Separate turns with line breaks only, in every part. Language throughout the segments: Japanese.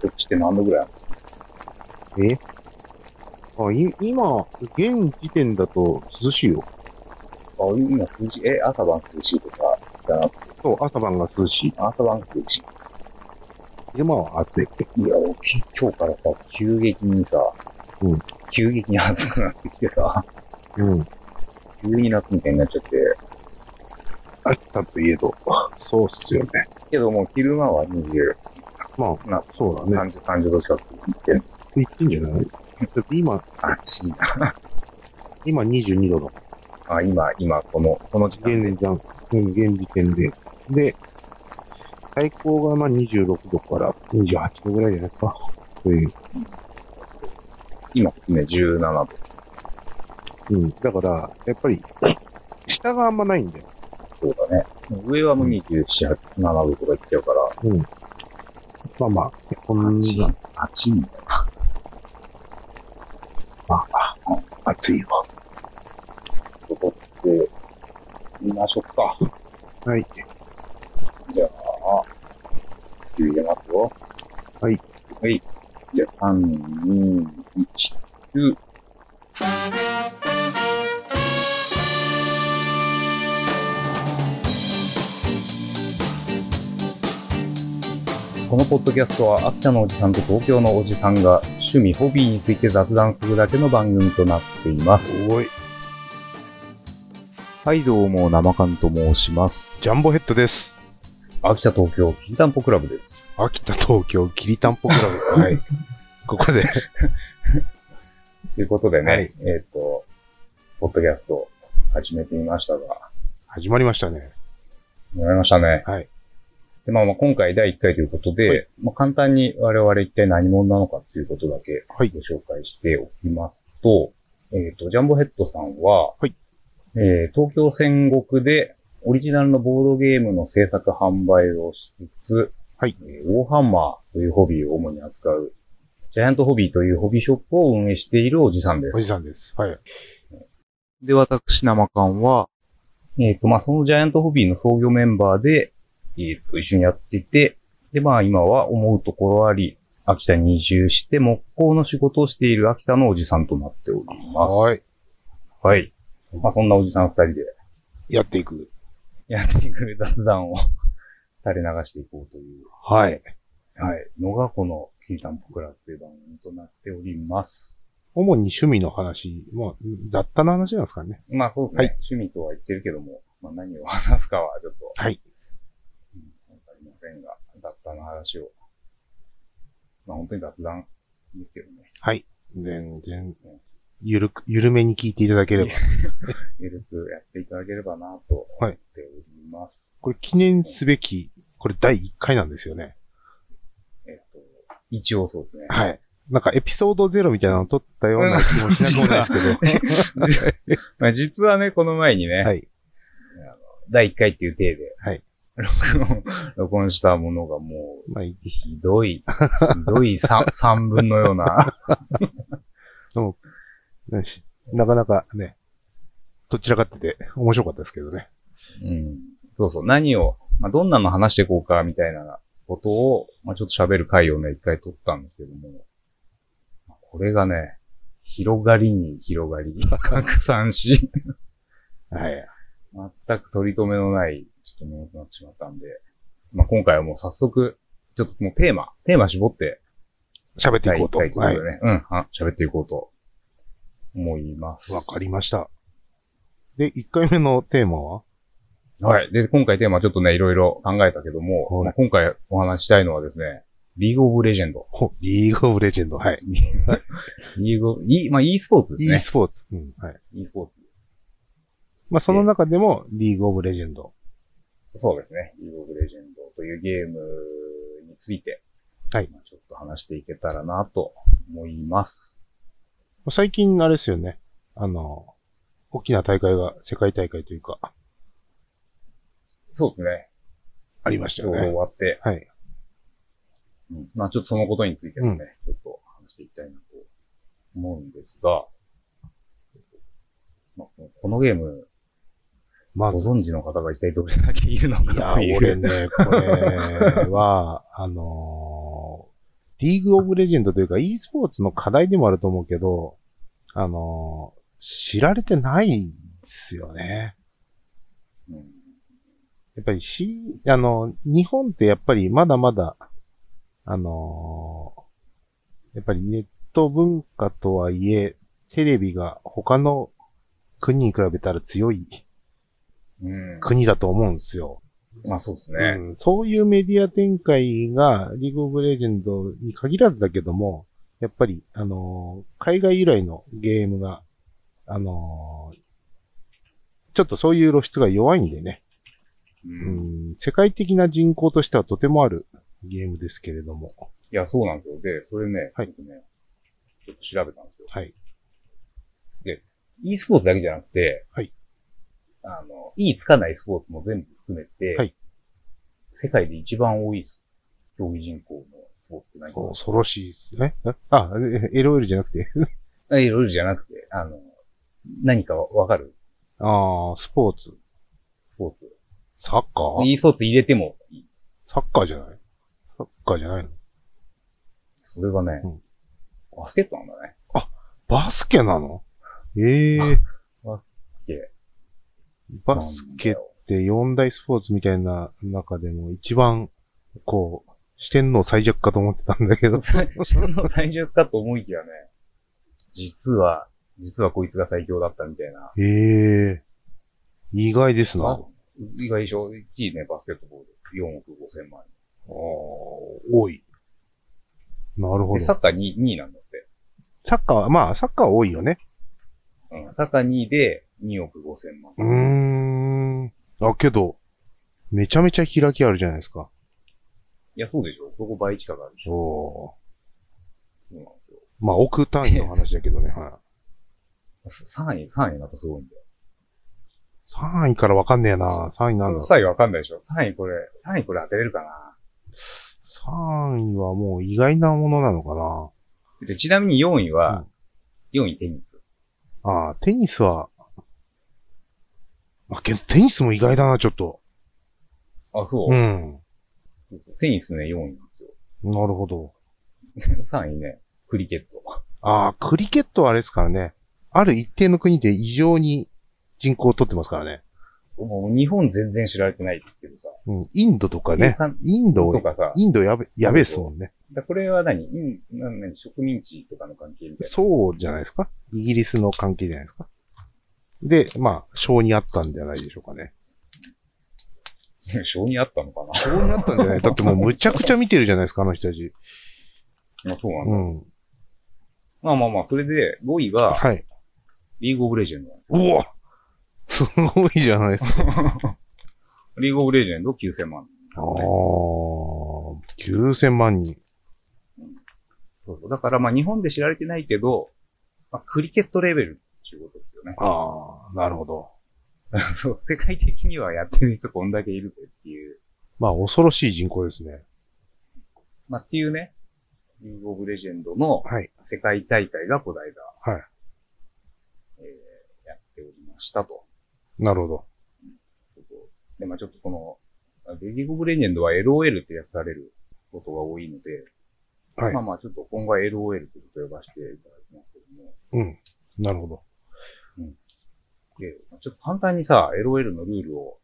局地って何度ぐらいある
えあ、い、今、現時点だと涼しいよ。
のあ、今涼しい、え、朝晩涼しいとか、じゃなくて、
そう、朝晩が涼しい。
朝晩涼しい。
今は暑い。
いや、俺き今日からさ、急激にさ、
うん
急激に暑くなってきてさ、
うん。
急に夏みたいになっちゃって、
暑さといえど。そうっすよね。
けどもう昼間は20、
まあ、
な
そうだね。
30、30度近くいってる。
いってんじゃないだって今、
暑いな。
今22度だ。
あ、今、今、この、この時間。
現時点、うん、現時点で。で、最高がまあ26度から28度ぐらいじゃないですか。そういう。
今、ね、17度。
うん。だから、やっぱり、下があんまないんだよ。
そうだね。上はもう27、7度とかいっちゃうから、
まあまあ、こん
暑い
な、。
暑いんだよ。
暑いわ。
とこって、見ましょうか。
はい。
じゃあ、次入れますよ。
はい。
はい。じゃあ、3、2、1、9。このポッドキャストは、秋田のおじさんと東京のおじさんが趣味、ホビーについて雑談するだけの番組となっています。
おい、
はい、どうも、生缶と申します。
ジャンボヘッドです。
秋田東京、きりたんぽクラブです。
秋田東京きりたんぽクラブ。 はい。ここで、
ということでね、
はい
えっ、と、ポッドキャストを始めてみましたが、
始まりましたね。
もらいましたね。
はい。
で、まあまあ今回第1回ということで、
はい
まあ簡単に我々一体何者なのかということだけ
はい
ご紹介しておきますと、えっ、と、ジャンボヘッドさんは、
はい
えー東京戦国でオリジナルのボードゲームの制作販売をしつつ、
はい
えーウォーハンマーというホビーを主に扱う、ジャイアントホビーというホビーショップを運営しているおじさんです
お。じさんです。はい。
で、私、生缶は、えっ、と、まあ、そのジャイアントホビーの創業メンバーで、えっ、と、一緒にやってて、で、まあ、今は思うところあり、秋田に移住して木工の仕事をしている秋田のおじさんとなっております。
はい。
はい。まあ、そんなおじさん二人で
やっていく。
やってくる雑談を垂れ流していこうという、
はい。
はい、のがこの、キータンポクラという番組となっております。
主に趣味の話、まあ、雑多な話なんですかね。
まあ、そうですね。趣味とは言ってるけども、まあ、何を話すかはちょっと、
はい。
わかりませんが、雑多な話を。まあ本当に雑談ですけどね。
全然、ゆるく、緩めに聞いていただければ。
ゆるくやっていただければなと思っております。
これ記念すべき、これ第1回なんですよね。
えっと、一応そうですね。
はい。なんかエピソードゼロみたいなの撮ったような気もしなくもない ですけ
まあ実はね、この前にね、
ど。はい。
第1回っていう体で、
はい
録音、録音したものがもう、
まあ、い
ひどい、ひどい三三分のような、
よしなかなかね、どちらかってて面白かったですけどね。
うん、そうそう、何を、まあ、どんなの話していこうか、みたいなことを、まあ、ちょっと喋る回をね、一回撮ったんですけども、まあこれがね、広がりに広 がり、拡散し、
はい。
全く取り留めのない、ちょっとものとなってしまったんで、まあ、今回はもう早速、ちょっともうテーマ、テーマ絞って、
喋っていこうと。
第一
は
回
い。
ということでね、うんあ、喋っていこうと思います。
わかりました。で、1回目のテーマは
はい。で、今回テーマちょっとね、いろいろ考えたけども、
はい
まあ今回お話ししたいのはですね、リーグオブレジェンド。
ほリーグオブレジェンド。 はい。
リーグ、e、まあ e スポーツで
e
す
スポーツ。うん。はい。
ね。e スポーツ。
まあ、その中でも、リーグオブレジェンド。
そうですね。リーグオブレジェンドというゲームについて、
はい
まあちょっと話していけたらなと思います。
最近、あれですよね。あの、大きな大会が、世界大会というか、
そうですね。
ありました
ちょ
よ
うど終
ね。
わって、
はい。
うんまあちょっとそのことについてもね、ちょっと話していきたいなと思うんですが、まあ、このゲーム、
ま
ご
ず、
存知の方が一体どれだけいるの
いや
かとい
ー、俺
う。
ね、これは、あのリーグオブレジェンドというか e スポーツの課題でもあると思うけど、あのー知られてないんですよね。
うん
やっぱりし、あの、日本ってやっぱりまだまだ、あのーやっぱりネット文化とはいえ、テレビが他の国に比べたら強い
うん。
国だと思うんですよ。
まあそうですね。
うん、そういうメディア展開が、リーグオブレジェンドに限らずだけども、やっぱり、あのー海外由来のゲームが、あのーちょっとそういう露出が弱いんでね、
う。
うん
い
ん、世界的な人口としてはとてもあるゲームですけれども、
や、そうなんですよ。で、それね、
はい
ちょっとね、ちょっと調べたんですよ。
はい。
e スポーツだけじゃなくて、
はい。
あの、E つかないスポーツも全部含めて、
はい。
世界で一番多い競技人口のスポーツって何かな
恐ろしいですね。あ、え LOL じゃなくて、
あいろいろじゃなくて、あの、何かわかる
ああ、スポーツ。
スポーツ。
サッカー
e スポーツ入れてもいい。
サッカーじゃないサッカーじゃないの
それがね、
うん
バスケットなんだね。
バスケなのええー、
バスケ。
バスケで四大スポーツみたいな中でも一番、こう、四天王最弱かと思ってたんだ け
な
ど。
んだよ。その最弱かと思いきやね、実は、実はこいつが最強だったみたいな。
ええ意外ですな。
あ
あ
意外でしょいいね、バスケットボール。4億5千万
あ、多い。なるほ
で、
ど。
サ
サ
ッカー 2, 2位なんだって。
ッカーは、まあ、サッカーは多いよね。
うん。サッカー2位で2億5千万。
うーん。あ、けど、めちゃめちゃ開きあるじゃないですか。
いや、そうでしょここ倍近くあるでしょ
そ
そうなんですよ。
う。まあ、億単位の話だ けどね。は
3位、3位またすごいんだよ。
い、3位からわかんねえな。3位なんだ。
3位わかんないでしょ ?3 位これ、3位これ当てれるかな
3位はもう意外なものなのかな。
でちなみに4位
う
は
ん、
4位テニス。
ああ、テニスは、あ、けどテニスも意外だな、ちょっと。
あ、そうう。
ん。
テニスね、4位なんですよ。
なるほど。
3位ね、クリケット。
ああ、クリケットはあれですからね。ある一定の国で異常に人口を取ってますからね。
もう日本全然知られてないけどさ。
うん。インドとかね
インド。
インド多
と
い、
かさ。
インドやべ、やべえっすもんね。
だこれは何インな何植民地とかの関係みたい
そうじゃないですか。イギリスの関係じゃないですか。で、まあ、性にあったんじゃないでしょうかね。
な。性にあったのかな
性にあったんじゃないだってもうむちゃくちゃ見てるじゃないですか、あの人たち。
まあそうなん
う
だ。
ん。
まあまあまあ、それで5位が、
はい。
リーグオブレジェンドなんですよ
うお すごいじゃないですか。
リーグオブレジェンド9000万。
ああ、9000万人。
そうそうだからまあ日本で知られてないけど、まあ、クリケットレベルっていうことですよね。
ああ、なるほど。
そう、世界的にはやってる人こんだけいるぜっていう。
まあ、恐ろしい人口ですね。
まあっていうね、リーグオブレジェンドの
はい。
世界大会がこの間、
はい。
えーやっておりましたと。
なるほど。
で、まあちょっとこの、リーグオブレジェンドは LOL って訳されることが多いので、
はい
まあまあちょっと今後は LOL ということを呼ばせていただきますけども、
うん。なるほど。
で、ちょっと簡単にさ、LOL のルールを、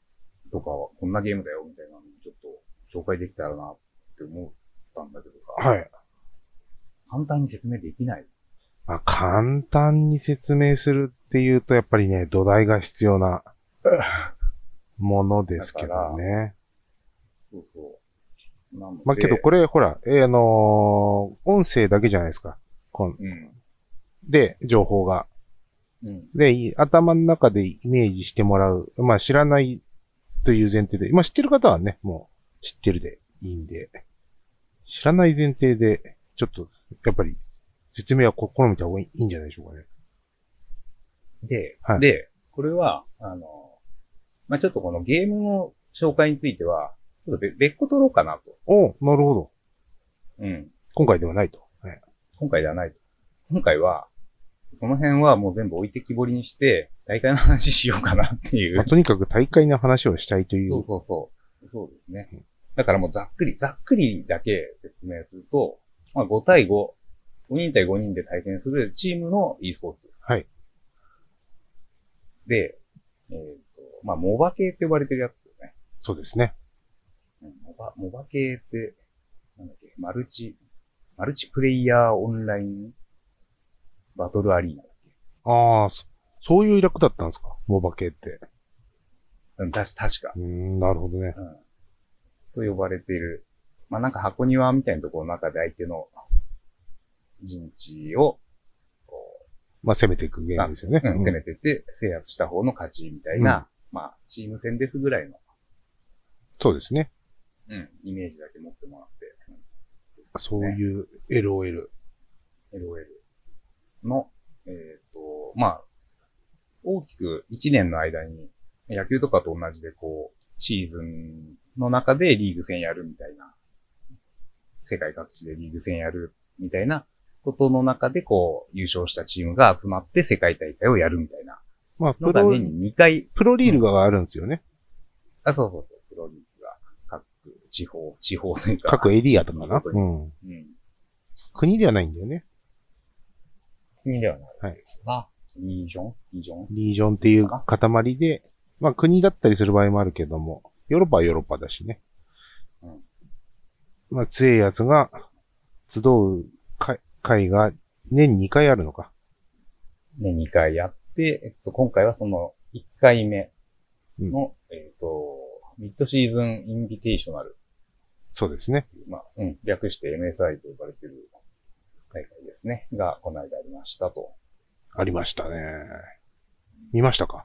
とか、こんなゲームだよ、みたいなのをちょっと紹介できたらなって思ったんだけどさ、
はい。
簡単に説明できない。
まあ、簡単に説明するっていうと、やっぱりね、土台が必要 なものですけどね。
そうそう。なので
まあ、けどこれ、ほら、えーあのー音声だけじゃないですか。こん
うん。
で、情報が。
うん。
で、い頭の中でイメージしてもらう。まあ知らないという前提で。まあ知ってる方はね、もう知ってるでいいんで。知らない前提で、ちょっと、やっぱり説明は試みた方がいいんじゃないでしょうかね。
で、
はい
で、これは、あの、まあ、ちょっとこのゲームの紹介については、ちょっとべ別個取ろうかなと。
おうなるほど。
うん。
今回ではないと。はい、
今回ではないと。今回は、その辺はもう全部置いてきぼりにして、大会の話しようかなっていう。
まあとにかく大会の話をしたいとい
そう
う。
そうそう。そうですね。だからもうざっくり、ざっくりだけ説明すると、まあ、5対5、5人対5人で対戦するチームの e スポーツ。
はい。
で、えっ、と、まあ、モバ系って呼ばれてるやつですよね。
そうですね。
うんモバ、モバ系って、なんだっけ、マルチ、マルチプレイヤーオンラインバトルアリーナだっけ。
ああ、そそういう略だったんですかモバ系って。
うん、たし、確か。
うーん、なるほどね。
うん。と呼ばれている。まあ、なんか箱庭みたいなところの中で相手の陣地を、こ
まあ、攻めていくゲームですよね
う、。うん攻めてって制圧した方の勝ちみたいな、まあ、チーム戦ですぐらいの、
そうですね。
うん、イメージだけ持ってもらって、
そういう LOL。
うん LOL の、えっ、と、まあ、大きく1年の間に、野球とかと同じで、こう、シーズンの中でリーグ戦やるみたいな、世界各地でリーグ戦やるみたいなことの中で、こう、優勝したチームが集まって世界大会をやるみたいな
まあ、プ
のが
ロ、
年に2回、
プロリールがあるんですよね。
あ、そうそうそう、プロリーグが各地方、地方というか。
各エリアとかな。
地域ごと
う
に
ん。
うん。
国ではないんだよね。
国ではない。
はい。
あ、リージョンリージョン
リージョンっていう塊で、まあ国だったりする場合もあるけども、ヨーロッパはヨーロッパだしね。
うん
まあ強いやつが集う会会が年2回あるのか。
で、2回やって、えっと、今回はその1回目の、えっと、ミッドシーズンインビテーショナル。
そうですね。
まあ、うん、略して MSI と呼ばれてる大会ですね。が、この間ありましたと。
ありましたね。見ましたか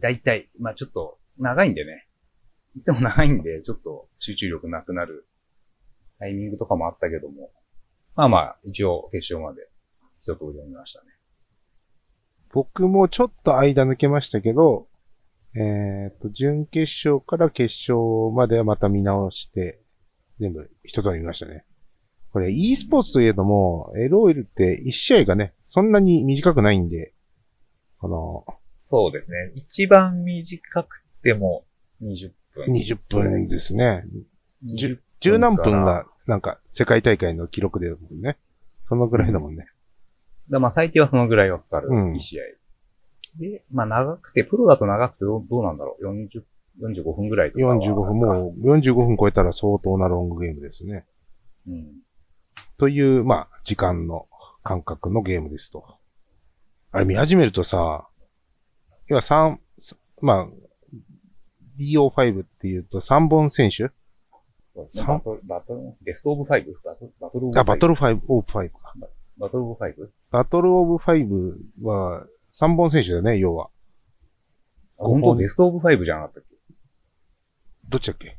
大体、まあちょっと、長いんでね。言っても長いんで、ちょっと集中力なくなるタイミングとかもあったけども。まあまあ、一応決勝まで一通りやりましたね。
僕もちょっと間抜けましたけど、えっ、と、準決勝から決勝まではまた見直して、全部一通り見ましたね。これ e スポーツといえども、LOL って1試合がね、そんなに短くないんで、この、
そうですね。一番短くても
20分。
20分ですね。
20
10何分が、なんか、世界大会の記録でもんね。そのぐらいだもんね。
だまあ最低はそのぐらいはかかる。
うん
1試合。で、まあ長くて、プロだと長くてどうどうなんだろう。40、45分ぐらいとかは。
45分、もう45分超えたら相当なロングゲームですね。
う。うん。
という、まあ、時間の感覚のゲームですと。あれ見始めるとさ、要は3、まあ、DO5 っていうと3本選手
そうですね
さん
バトル、バトル、ベストオブファイブバトル、バトルオブファイブ。
あ、バトル5、オーブ5か。
バトルオブファイブ
バトルオブ5は3本選手だね、要は。
あ本当ベストオブファイブじゃなかったっけ
どっちだっけ
よ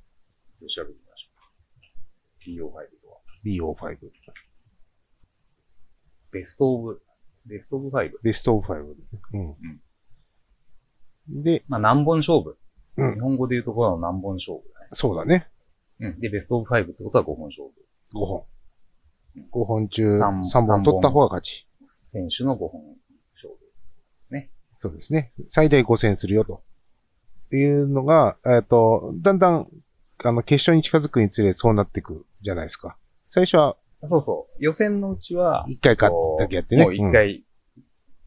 し、調べてみましょう。PO5 とは。
?DO5。
ベストオブ、ベストオブファイブ。
ベストオブ5。うん。で、
まあ何本勝負。
うん
日本語で言うところの何本勝負だね。
そうだね。
うん。で、ベストオブファイブってことは5本勝負。
5本。5本中
三
3本取った方が勝ち。
選手の5本勝負。
そうですね。最大5000するよと。っていうのが、えっ、と、だんだん、あの、決勝に近づくにつれそうなってくじゃないですか。最初は
そうそう。予選のうちは、
1回か
こう
だけやってね。
もう一
うん
回、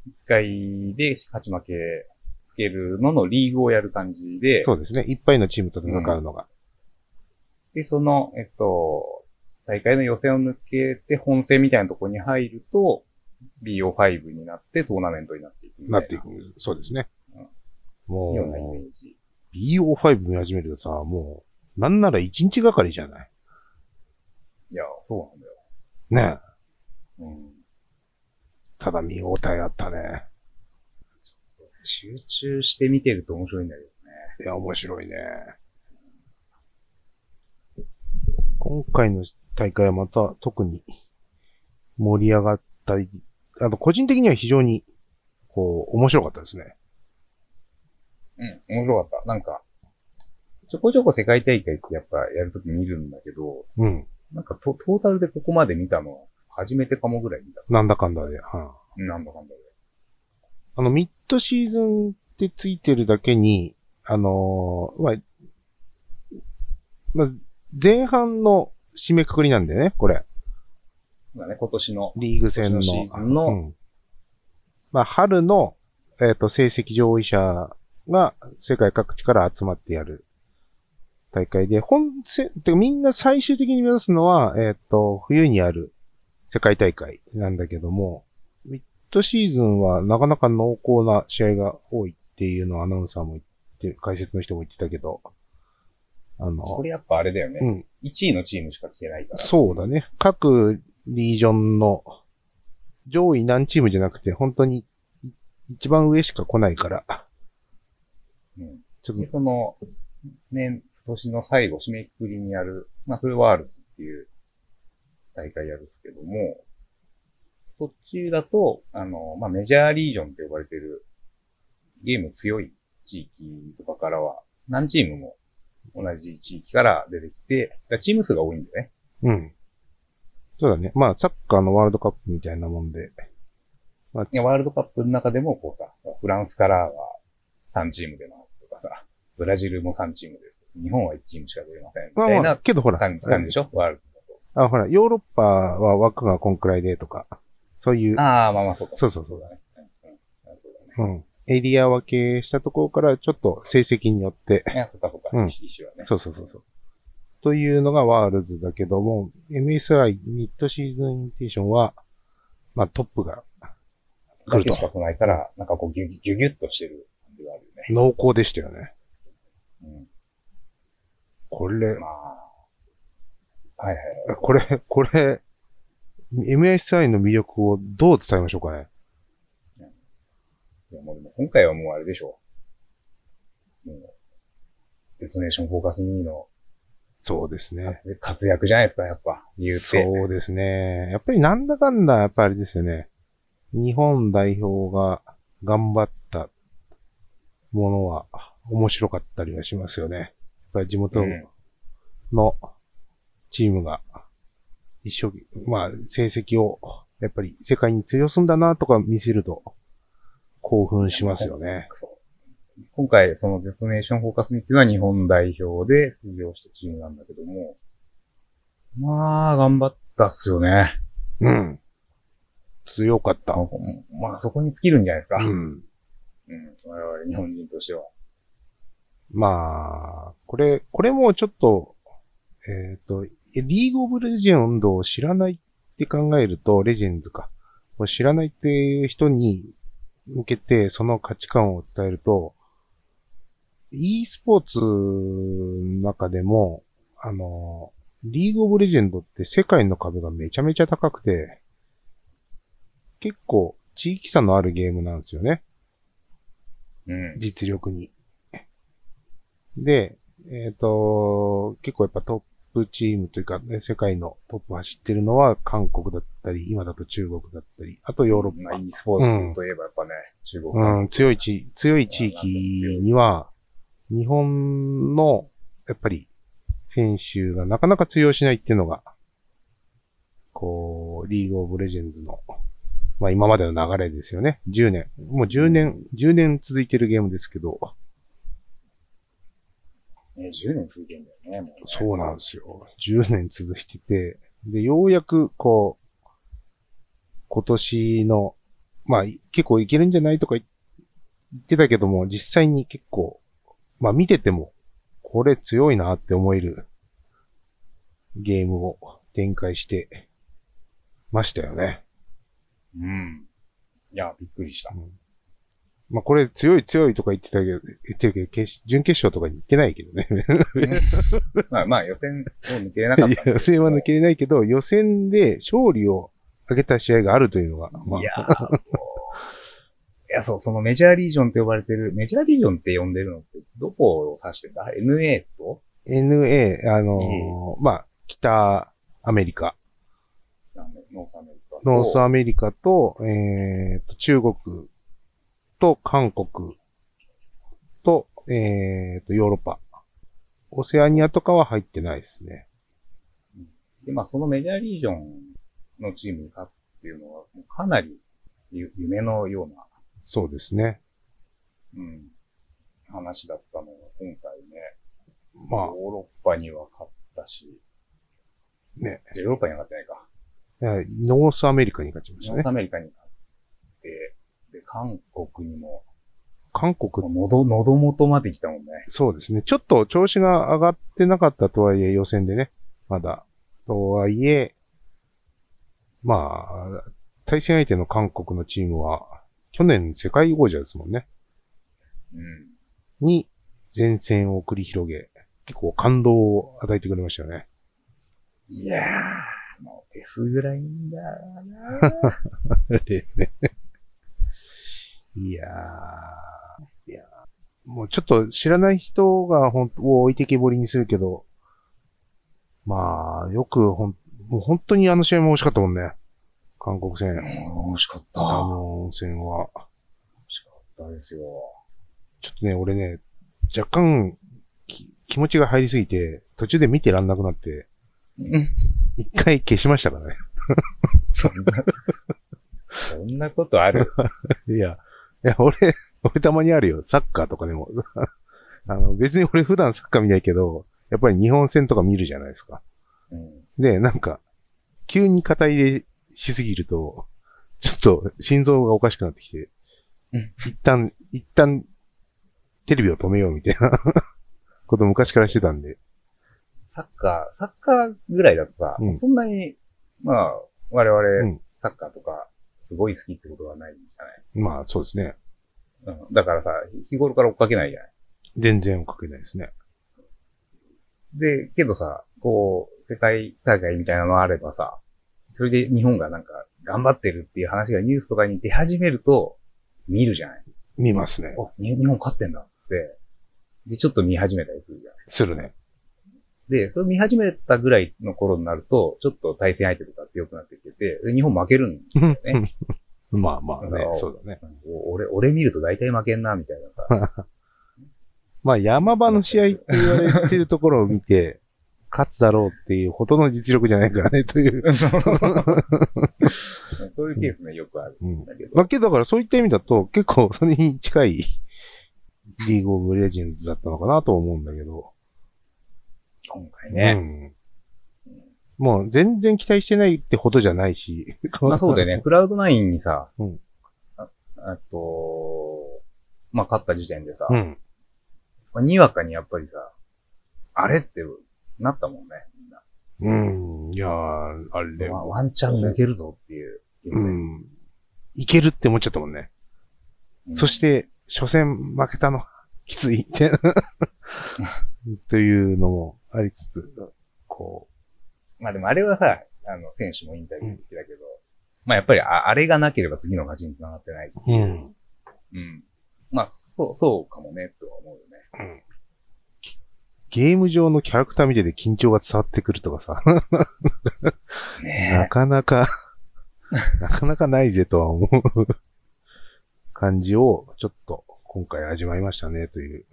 一、回で勝ち負けつけるののリーグをやる感じで、
そうですね。いっぱいのチームと戦うのが。
で、その、えっと、大会の予選を抜けて本戦みたいなところに入ると、BO5 になってトーナメントになっていくみたいな。
なっていく。そうですね。
ようなイ
も
メー
う、
ジ。
BO5 見始めるとさ、もう、なんなら1日がかりじゃない
いや、そうなんだよ。
ねえ。
うん。
ただ見応えあったね。
集中して見てると面白いんだけどね。
いや、面白いね。今回の大会はまた特に盛り上がったり、あと個人的には非常に、こう、面白かったですね。
うん、面白かった。なんか、ちょこちょこ世界大会ってやっぱやるとき見るんだけど、
うん。
なんかトトータルでここまで見たの、初めてかもぐらい見た。
なんだかんだで。うん
なんだかんだで。
あの、ミッドシーズンってついてるだけに、あのーまあ、まあ、前半の締めくくりなんだよね、これ。
そうだね、今年の。
リーグ戦
今
の。
年のシーズンの
うんまあ、春の、えっ、と、成績上位者が世界各地から集まってやる大会で、本戦、てかみんな最終的に目指すのは、えっ、と、冬にある世界大会なんだけども、ミッドシーズンはなかなか濃厚な試合が多いっていうのをアナウンサーも言って、解説の人も言ってたけど、あの、
これやっぱあれだよね。
うん、
1位のチームしか来てないから。
そうだね。各リージョンの上位何チームじゃなくて、本当にい一番上しか来ないから、
うん。
ちょっ
で、
と、
その、年、年の最後、締めくくりにやる、まあ、それワールズっていう大会やるんですけども、そっちだと、あの、まあ、メジャーリージョンって呼ばれてる、ゲーム強い地域とかからは、何チームも同じ地域から出てきて、だからチーム数が多いんだよね。
うん。そうだね。まあ、サッカーのワールドカップみたいなもんで、まあ
いや、ワールドカップの中でも、こうさ、フランスからは3チーム出ますとかさ、ブラジルも3チームです。日本は1チームしか出ません。み
ま
た
あ
い
まあ、
な
けどほら、
感じ感じでしょワールド
あ、ほら、ヨーロッパは枠がこんくらいでとか、そういう
だと。、ああ、まあまあ、そうか。
そうそうそう
だね。うんうんなるほどね
うん。エリア分けしたところからちょっと成績によって、
いや、そっかそっか。
うん
一緒はね。
そうそうそうそう。というのがワールズだけども、MSI ミッドシーズンインテーションは、まあトップが来
だ
る
けしか
と。
来ないから、なんかこう、ギュギュギュギュッとしてる感じがあるよね。
濃厚でしたよね。こ
う
れ
ん。、まあ。はいはい。
これ、これ、MSI の魅力をどう伝えましょうかね。
いや、もうでも今回はもうあれでしょう。もう、デトネーションフォーカス2の
そうですね。
活活躍じゃないですか、やっぱ。言うて。
そうですね。やっぱりなんだかんだ、やっぱりあれですよね。日本代表が頑張ったものは面白かったりはしますよね。やっぱり地元
うん
のチームが一生懸命、まあ成績をやっぱり世界に通用すんだなとか見せると興奮しますよね。
そう今回、そのデトネーションフォーカスにっていうのは日本代表で出場したチームなんだけども、まあ、頑張ったっすよね。
うん。強かった。
まあ、そこに尽きるんじゃないですか。
う
うん。
ん。
我々日本人としては。
まあ、これ、これもちょっと、えっ、と、リーグオブレジェンドを知らないって考えると、レジェンズか。を知らないっていう人に向けて、その価値観を伝えると、e スポーツの中でも、あの、リーグオブレジェンドって世界の壁がめちゃめちゃ高くて、結構地域差のあるゲームなんですよね。
うん。
実力に。で、えっ、と、結構やっぱトップチームというか、ね、世界のトップを走ってるのは韓国だったり、今だと中国だったり、あとヨーロッ
まあ、
パ。
e スポーツといえばやっぱね、中国
うん、強い地、強い地域には、日本の、やっぱり、選手がなかなか通用しないっていうのが、こう、リーグオブレジェンズの、まあ今までの流れですよね。10年。もう10年、10年続いてるゲームですけど、
ね、10年続いてんだよね、もうね、
そうなんですよ。10年続いてて、で、ようやく、こう、今年の、まあ、い結構いけるんじゃないとか言言ってたけども、実際に結構、まあ見てても、これ強いなって思えるゲームを展開してましたよね。
うん。いや、びっくりした。
まあこれ強い強いとか言ってたけど、言ってるけど、決準決勝とかに行ってないけどね。
まあまあ、予選を抜け れなかったんだけど。
予選は抜けれないけど、予選で勝利を挙げた試合があるというのが、まあ
い、やー、もういや、そう、そのメジャーリージョンって呼ばれてる、メジャーリージョンって呼んでるのって、どこを指してんだ ?NA と
NA、あのーまあ、北アメリカ、
あのノースアメリカと。
ノースアメリカと、えーと、中国と韓国と、えーと、ヨーロッパ。オセアニアとかは入ってないですね。
で、まあ、そのメジャーリージョンのチームに勝つっていうのは、もうかなりゆ夢のような、
そうですね。
うん、話だったのが、今回ね、
まあ
ヨーロッパには勝ったし、
ね。
ヨーロッパには勝ってないか。
はいノースアメリカに勝ちました
ノー
ね
ス。アメリカに勝って、で、韓国にも、
韓国、
喉、喉元まで来たもんね。
そうですね。ちょっと調子が上がってなかったとはいえ、予選でね。まだ。とはいえ、まあ、対戦相手の韓国のチームは、去年世界王者ですもんね。
うん。
に、前線を繰り広げ、結構感動を与えてくれましたよね。
いやー、もう F ぐらいんだなー
いやー。いやーもうちょっと知らない人が本当を置いてけぼりにするけど、まあ、よくほん、もう本当にあの試合も惜しかったもんね。韓国戦、
うん惜しかった。
ダ
惜
ム戦は。
しかったですよ。
ちょっとね、俺ね、若干き、気持ちが入りすぎて、途中で見てらんなくなって、一回消しましたからね。
そんな、そんなことある。
いや、いや、俺、 俺たまにあるよ。サッカーとかでも。 あの、別に俺普段サッカー見ないけど、やっぱり日本戦とか見るじゃないですか。
うん。
で、なんか、急に肩入れしすぎると、ちょっと心臓がおかしくなってきて
うん、
一旦、一旦、テレビを止めようみたいな こと昔からしてたんで、
サッカー、サッカーぐらいだとさ、
うん
そんなに、まあ、我
う
々
ん、
サッカーとか、すごい好きってことはないじゃ
まあそうですね。
ない、うん、だからさ、日頃から追っかけないじゃない
全然追っかけないですね。
で、けどさ、こう、世界大会みたいなのあればさ、それで日本がなんか頑張ってるっていう話がニュースとかに出始めると、見るじゃない
見ますね。
あ、に日本勝ってんだっつって、で、ちょっと見始めたりするじゃん。
するね。
で、それ見始めたぐらいの頃になると、ちょっと対戦相手とか強くなってきてて、で日本負けるんね
まあまあ
だか
ね
ら、
そうだね。
お俺、俺見ると大体負けんな、みたいなさ。
まあ山場の試合って言われてるところを 見て、勝つだろうっていうほどの実力じゃないからね、という。
そうそういうケースね、よくある
うん
ん。だけど。
まあけどだからそういった意味だと、結構それに近いリーグオブレジェンズだったのかなと思うんだけど。
今回ね。
うん。もう全然期待してないってほどじゃないし。
まあそうだよね。クラウドナインにさ、
うん
ああと、まあ勝った時点でさ、
うん。
まあにわかにやっぱりさ、あれってなったもんね。みんな
うん。いやー、あれ
まあワンチャン抜けるぞっていう。、
うん。いけるって思っちゃったもんね。そしてて、初戦負けたの、きつい、みたいな。というのもありつつ、こ
まあでもあれはさ、あの、選手もインタビューで言ってたけど、まあやっぱりああれがなければ次の勝ちに繋がってない。
う。うん。
うん。まあ、そう、そうかもね、とは思うよね。
ゲーム上のキャラクター見てて緊張が伝わってくるとかさ、な
ね
かなか、なかなかないぜとは思う感じを、ちょっと今回味わいましたね、という。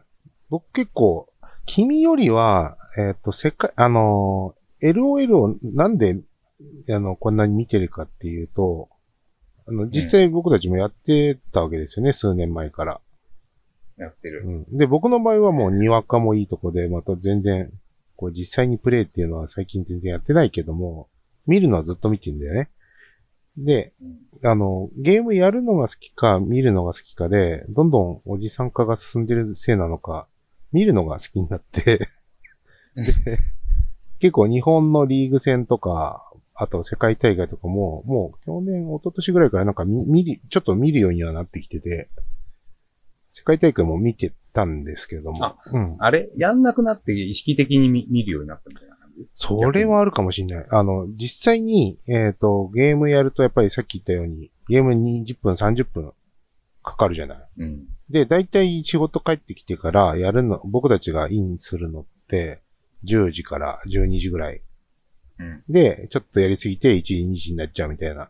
僕結構、君よりは、えっ、と、世界、あのー、LOL をなんで、あの、こんなに見てるかっていうと、あの、実際僕たちもやってたわけですよね、数年前から。
やって
う
る。
ん。で、僕の場合はもうにわかもいいとこで、また全然、こう実際にプレイっていうのは最近全然やってないけども、見るのはずっと見てんだよね。で、
うん。
あの、ゲームやるのが好きか、見るのが好きかで、どんどんおじさん化が進んでるせいなのか、見るのが好きになって、
うん
で結構日本のリーグ戦とか、あと世界大会とかも、もう去年、一昨年ぐらいからなんか見見る、ちょっと見るようにはなってきてて、世界大会も見てたんですけども
あ、
うん。
あれやんなくなって意識的に見見るようになったみたいな感じ
それはあるかもしれない。あの、実際に、えっ、と、ゲームやるとやっぱりさっき言ったように、ゲームに20分、30分かかるじゃない。
うん。
で、大体仕事帰ってきてからやるの、僕たちがインするのって、10時から12時ぐらい。
うん
で、ちょっとやりすぎて1時、2時になっちゃうみたいな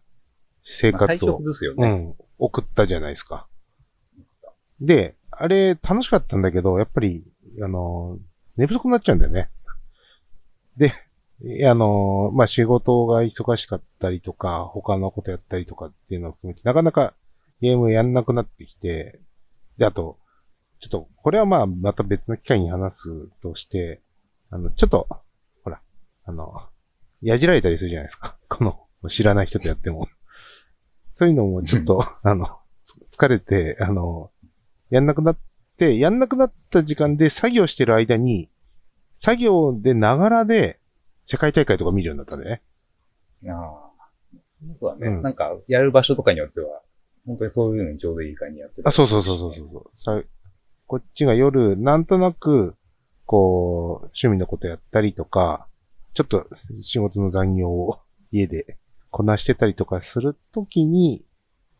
生
まあ、対
活を
局、ですよ
う
ね。
ん、送ったじゃないですか。で、あれ楽しかったんだけど、やっぱり、あの、寝不足になっちゃうんだよね。で、えあの、まあ、仕事が忙しかったりとか、他のことやったりとかっていうのを含めて、なかなかゲームやんなくなってきて、で、あと、ちょっと、これはまあ、また別の機会に話すとして、あの、ちょっと、ほら、あの、やじられたりするじゃないですか。この、 知らない人とやっても。そういうのもちょっと、あの、つ疲れて、あの、やんなくなって、やんなくなった時間で作業してる間に、作業でながらで、世界大会とか見るようになったんでね。
ああ。僕はね、
うん
なんか、やる場所とかによっては、本当にそういうのにちょうどいい感じにやってる
あ、そうそうそうそうそうそうさ。こっちが夜、なんとなく、こう、趣味のことやったりとか、ちょっと仕事の残業を 家でこなしてたりとかするときに、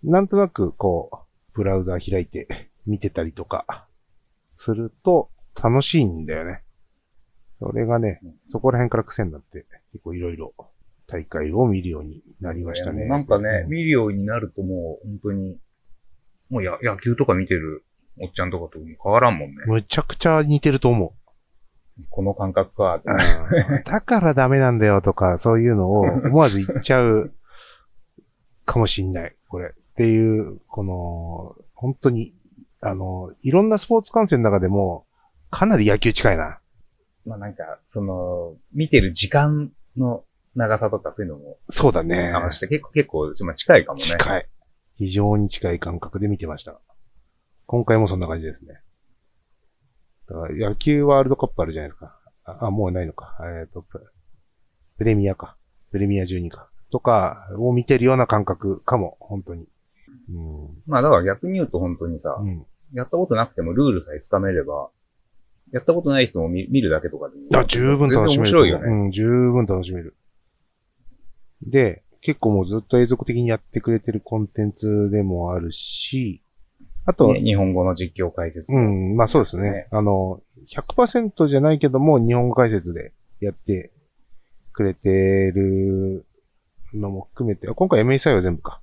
なんとなくこう、ブラウザー開いて見てたりとか、すると楽しいんだよね。それがね
うん、
そこら辺から癖になって、結構いろいろ大会を見るようになりましたね。
なんかね、
うん
見るようになるともう、本当に、もうや野球とか見てるおっちゃんとかとも変わらんもんね。
むちゃくちゃ似てると思う。
この感覚かって。
だからダメなんだよとか、そういうのを思わず言っちゃうかもしんない、これ。っていう、この、本当に、あの、いろんなスポーツ観戦の中でも、かなり野球近いな。
まあなんか、その、見てる時間の長さとかそういうのも
そうだね。
合わせて、結構、結構、まあ近いかもね。
近い。非常に近い感覚で見てました。今回もそんな感じですね。だから野球ワールドカップあるじゃないですか。あ、あもうないのか。えっ、と、ププレミアか。プレミア12か。とかを見てるような感覚かも、本当に。うん。
まあだから逆に言うと本当にさ、
うん。
やったことなくてもルールさえつかめれば、やったことない人も見見るだけとかでも。
いや、十分楽しめる。
全然面白いよね。
うん、十分楽しめる。で、結構もうずっと永続的にやってくれてるコンテンツでもあるし、あとは
ね日本語の実況解説。
うん、まあそうですね。
ね
あの、100%じゃないけども、日本語解説でやってくれてるのも含めて、あ今回 MSI は全部か。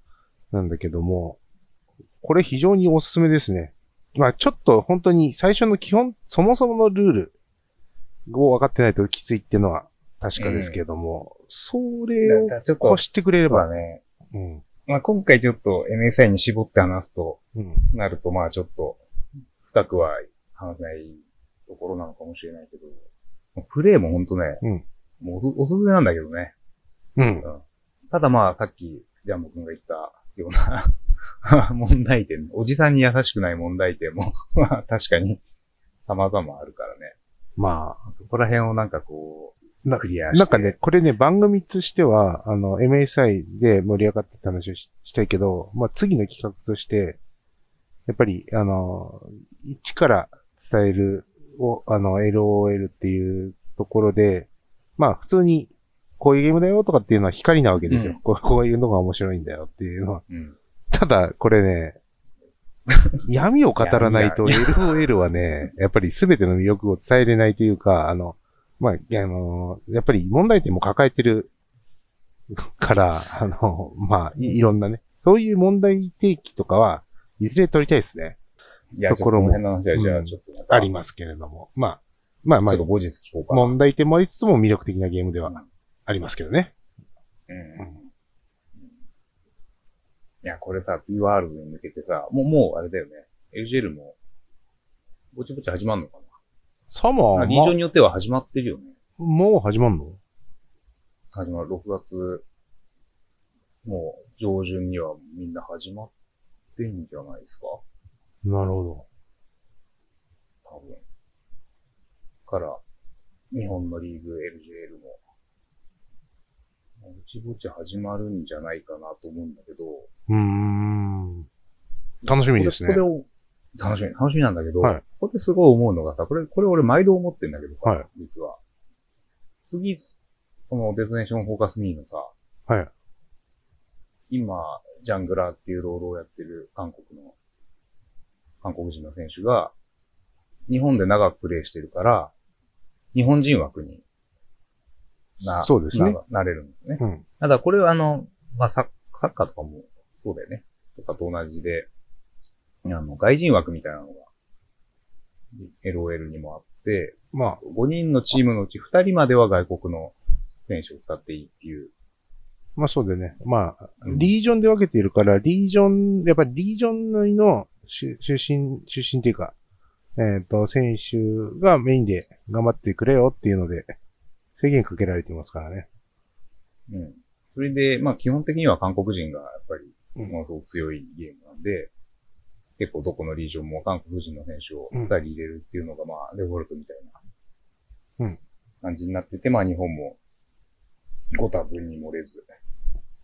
なんだけども、これ非常におすすめですね。まあちょっと本当に最初の基本、そもそものルールを分かってないときついっていうのは確かですけども、それ
なん
を
かちょっと、
越してくれれ
そうだ
ば、
ね。
うん、
まあ今回ちょっと MSI に絞って話すと、
うん、
なるとまあちょっと、深くは話せないところなのかもしれないけど、プレイもほんとね、
うん
もうおすおすすめなんだけどね。
うん、
ただまあさっき、ジャンボ君が言ったような 問題点、おじさんに優しくない問題点も、 まあ確かに様々あるからね。
まあ、
そこら辺をなんかこう、
な
クリアして。
なんかね、これね、番組としては、あの、MSI で盛り上がってた話をししたいけど、まあ、次の企画として、やっぱり、あの、一から伝えるを、あの、LOL っていうところで、まあ、普通に、こういうゲームだよとかっていうのは光なわけですよ。
うん
こうこういうのが面白いんだよっていうのは。
うん、
ただ、これね、 闇を語らないと LOL はね、やっぱり全ての魅力を伝えれないというか、あの、まあ、いやあの、やっぱり問題点も抱えてる から、あの、まあ、いいろんなね、そういう問題提起とかは、いずれ取りたいですね。
いや、ちょっとその辺の話はじゃあちょっとまた、
ありますけれども。まあ、まあま
ちょ
あ
っと、後日聞こうかな。
問題点もありつつも魅力的なゲームではありますけどね。
うんいや、これさ、P ワールドに向けてさ、もう、もうあれだよね。LGL も、ぼちぼち始まるのか
サマー
な。
は、
リージョンによっては始まってるよね。
もう始まんの
始まる。6月、もう上旬にはみんな始まってんじゃないですか
なるほど。
多分。から、日本のリーグ LJL も、ぼちぼち始まるんじゃないかなと思うんだけど、
うーん。楽しみですね
これ。これを、楽しみ、楽しみなんだけど、
はい
ここですごい思うのがさ、これ、これ俺毎度思ってんだけどさ、
はい
実は。次、このデトネーションフォーカスミーのさ、
はい
今、ジャングラーっていうロールをやってる韓国の、韓国人の選手が、日本で長くプレイしてるから、日本人枠にな、
そうですね
ななれるんですね。
うん。
ただこれはあの、まあ、サッサッカーとかもそうだよね。とかと同じで、あの、外人枠みたいなのが、LOL にもあって、
まあ、
5人のチームのうち2人までは外国の選手を使っていいっていう。
まあそうだよね。まあ、
うん
リージョンで分けているから、リージョン、やっぱりリージョン内の出出身、出身っていうか、えっ、と、選手がメインで頑張ってくれよっていうので、制限かけられてますからね。
うん。それで、まあ基本的には韓国人がやっぱり、
うん
ものすごく強いゲームなんで、結構どこのリージョンも韓国人の選手を2人入れるっていうのが、まあ、デフォルトみたいな、
うん
感じになってて、まあ日本もご多分に漏れず、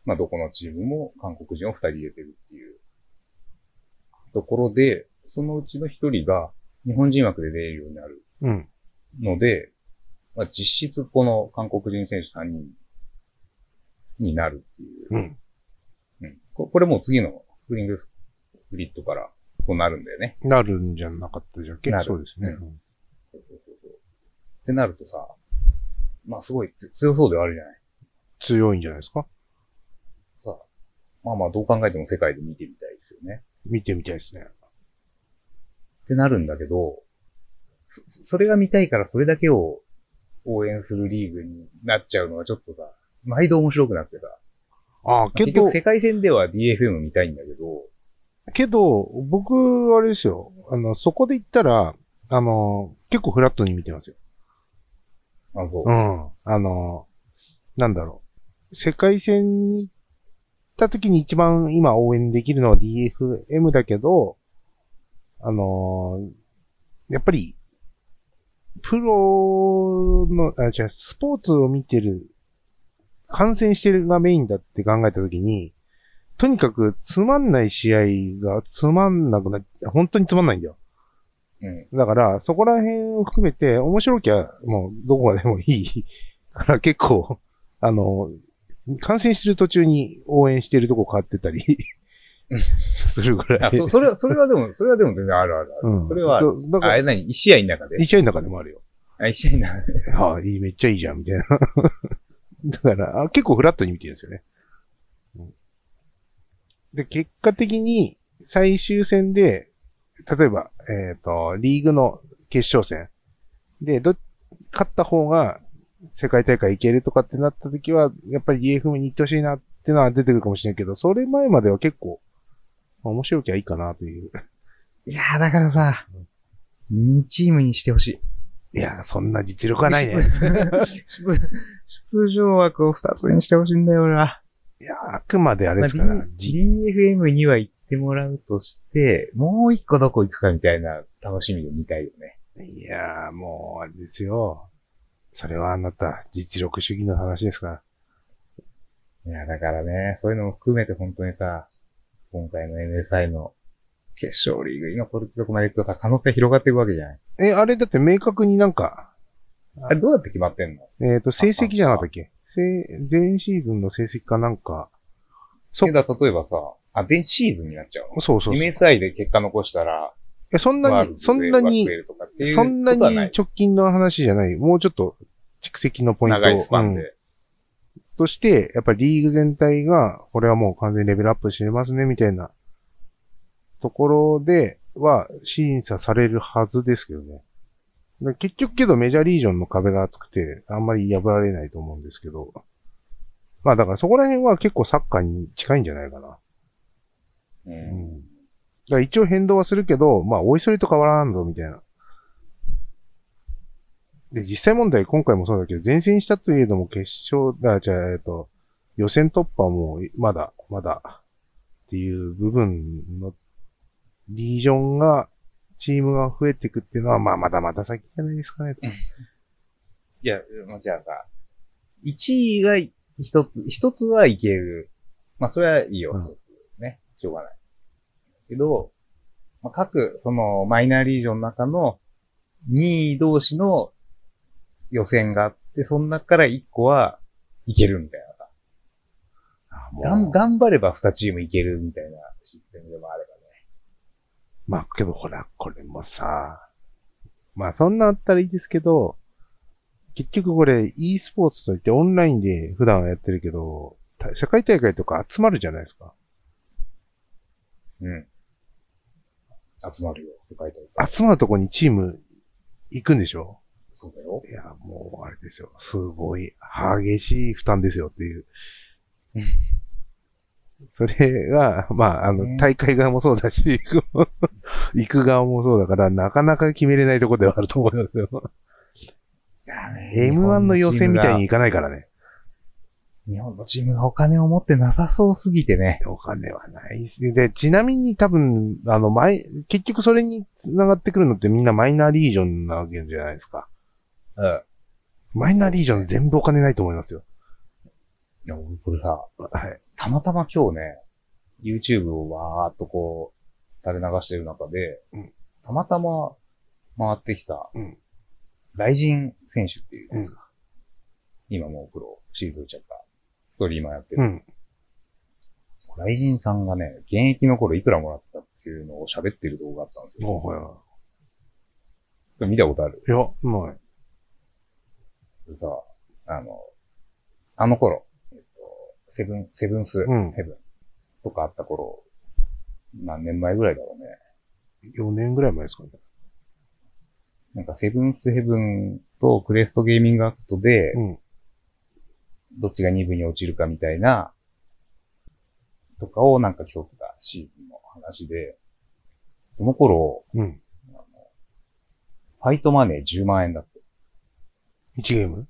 まあどこのチームも韓国人を2人入れてるっていうところで、そのうちの1人が日本人枠で出れるようになる
うん。
ので、まあ、実質この韓国人選手3人になるっていう。
うん。
うん、ここれもう次のスプリングフリットからこうなるんだよね。
なるんじゃなかったじゃんけ
なる
そうですね。
うそうそうそうそうってなるとさ、まあすごいつ強そうではあるじゃない。
強いんじゃないですか
さまあまあどう考えても世界で見てみたいですよね。
見てみたいですね。
ってなるんだけど、そそれが見たいからそれだけを応援するリーグになっちゃうのはちょっとさ、毎度面白くなってさ。
ああ、け
結
ど
局、世界戦では DFM 見たいんだけど、
けど、僕、あれですよ。あの、そこで言ったら、あの、結構フラットに見てますよ。
あ、そう
う。ん。あの、なんだろう。世界戦に行った時に一番今応援できるのは DFM だけど、あの、やっぱり、プロの、あ、違う、スポーツを見てる、観戦してるがメインだって考えた時に、とにかくつまんない試合がつまんなくなっ本当につまんないんだよ。
うん。
だから、そこら辺を含めて、面白きゃ、もう、どこまでもいい から、結構、あの、感染してる途中に応援してるとこ変わってたり
うん、
するぐ
あ、
らい。
そ、それは、それはでも、それはでも全然あるあるある。
うん
それは
そう、だ
あ
から、
れ何一試合の中で
一応の中でもあるよ。
あ、一試合の中で。
ああ、いい、めっちゃいいじゃん、みたいな。 だから、あ結構フラットに見てるんですよね。うんで、結果的に、最終戦で、例えば、えっ、と、リーグの決勝戦で、ど、勝った方が世界大会行けるとかってなった時は、やっぱり DFM に行ってほしいなってのは出てくるかもしれないけど、それ前までは結構、まあ面白きゃいいかなという。
いやー、だからさ、2チームにしてほしい。
いや、そんな実力はないね。
出出場枠を2つにしてほしいんだよな。
いや、あくまであれですから、
まあ D- DFM には行ってもらうとして、もう一個どこ行くかみたいな楽しみで見たいよね。
いやー、もう、あれですよ。それはあなた、実力主義の話ですから。
いや、だからね、そういうのも含めて本当にさ、今回の NSI の決勝リーグに残るってとこまで行くとさ、可能性広がっていくわけじゃない。
え、あれだって明確になんか、
あれどうやって決まってんの
えっ、と、成績じゃなかったっけせ前シーズンの成績かなんか、
そう。だ、例えばさ、あ、全シーズンになっちゃうの
そうそうそう。い
?MSI で結果残したら、
やそんなに、そんなに、そんなに直近の話じゃない。もうちょっと、蓄積のポイントを
長いスパン
うん
で。
として、やっぱりリーグ全体が、これはもう完全にレベルアップしてますね、みたいな、ところでは審査されるはずですけどね。で結局けどメジャーリージョンの壁が厚くて、あんまり破られないと思うんですけど。まあだからそこら辺は結構サッカーに近いんじゃないかな。
う。
うんん。だから一応変動はするけど、まあおいそれと変わらんぞ、みたいな。で、実際問題、今回もそうだけど、前線したといえども決勝、あ、じゃあ、えっと、予選突破も、まだ、まだ、っていう部分の、リージョンが、チームが増えていくっていうのは、まあ、まだまだ先じゃないですかね。
いや、まあじゃあさ、1位が一つ、一つはいける。まあ、それはいいよ、
うん
一つね。しょうがない。けど、まあ、各、その、マイナーリージョンの中の2位同士の予選があって、その中から1個はいけるみたいなさ。がん
だ
頑張れば2チームいけるみたいなシステムでもあればね。
まあ、けどほら、これもさ、まあ、そんなあったらいいですけど、結局これ、e スポーツといってオンラインで普段はやってるけど、た世界大会とか集まるじゃないですか。
うん。集まるよ、世界大会。
集まるとこにチーム行くんでしょ
そうだよ。
いや、もう、あれですよ。すごい、激しい負担ですよっていう
うん。
それが、まあ、あ
ね
の、大会側もそうだし、行く側もそうだから、なかなか決めれないとこではあると思いますよ。M1 の予選みたいに行かないからね。
日本のチームがお金を持ってなさそうすぎてね。
お金はないですね。で、ちなみに多分、あの、前、結局それに繋がってくるのってみんなマイナーリージョンなわけじゃないですか。
うん。
マイナーリージョン全部お金ないと思いますよ。
いや、俺これさ、
はい。
たまたま今日ね、YouTube をわーっとこう、垂れ流してる中で、
うん
たまたま回ってきた、
うん
ライジン選手っていうやつが、今もうプロ、シーズン打っちゃった、ストリーマーやって
う
る。
ん。
ライジンさんがね、現役の頃いくらもらってたっていうのを喋ってる動画あったんですよ。
おは
見たことある
い。いや、もう、
でさ、あの、あの頃、えっと、セブン、セブンス、
うん
ヘブンとかあった頃、何年前ぐらいだろうね。
4年ぐらい前ですかね。
なんかセブンスヘブンとクレストゲーミングアクトで、
うん。
どっちが2部に落ちるかみたいな、とかをなんか競ってたシーズンの話で、その頃、
うん。
あのファイトマネー10万円だって。
1ゲーム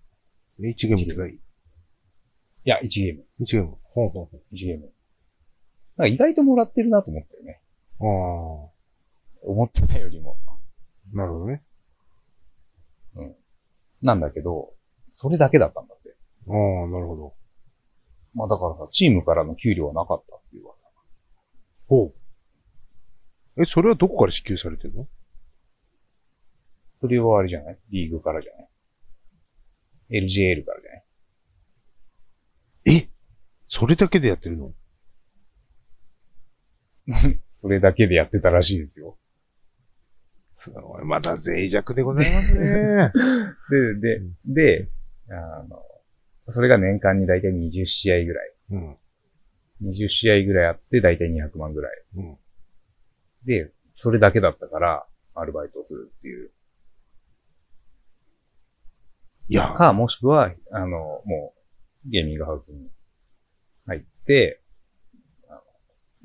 え ?1 ゲームってかい
いや、1ゲーム、
?1 ゲーム。ほうほう
1ゲーム。なんか意外ともらってるなと思ったよね。
ほ
思ってたよりも。
う。ああ。なるほどね。
なんだけど、それだけだったんだって。
ああ、なるほど。
まあだからさ、チームからの給料はなかったっていうわけ。
ほう。え、それはどこから支給されてるの
それはあれじゃないリーグからじゃない ?LJL からじゃない
えそれだけでやってるの
それだけでやってたらしいですよ。
すごい。まだ脆弱でございますね。
で、で、で、あの、それが年間にだいたい20試合ぐらい。
うん。
20試合ぐらいあって、だいたい200万ぐらい。
うん。
で、それだけだったから、アルバイトをするっていう。
いや、
か、もしくは、あの、もう、ゲーミングハウスに入って、あの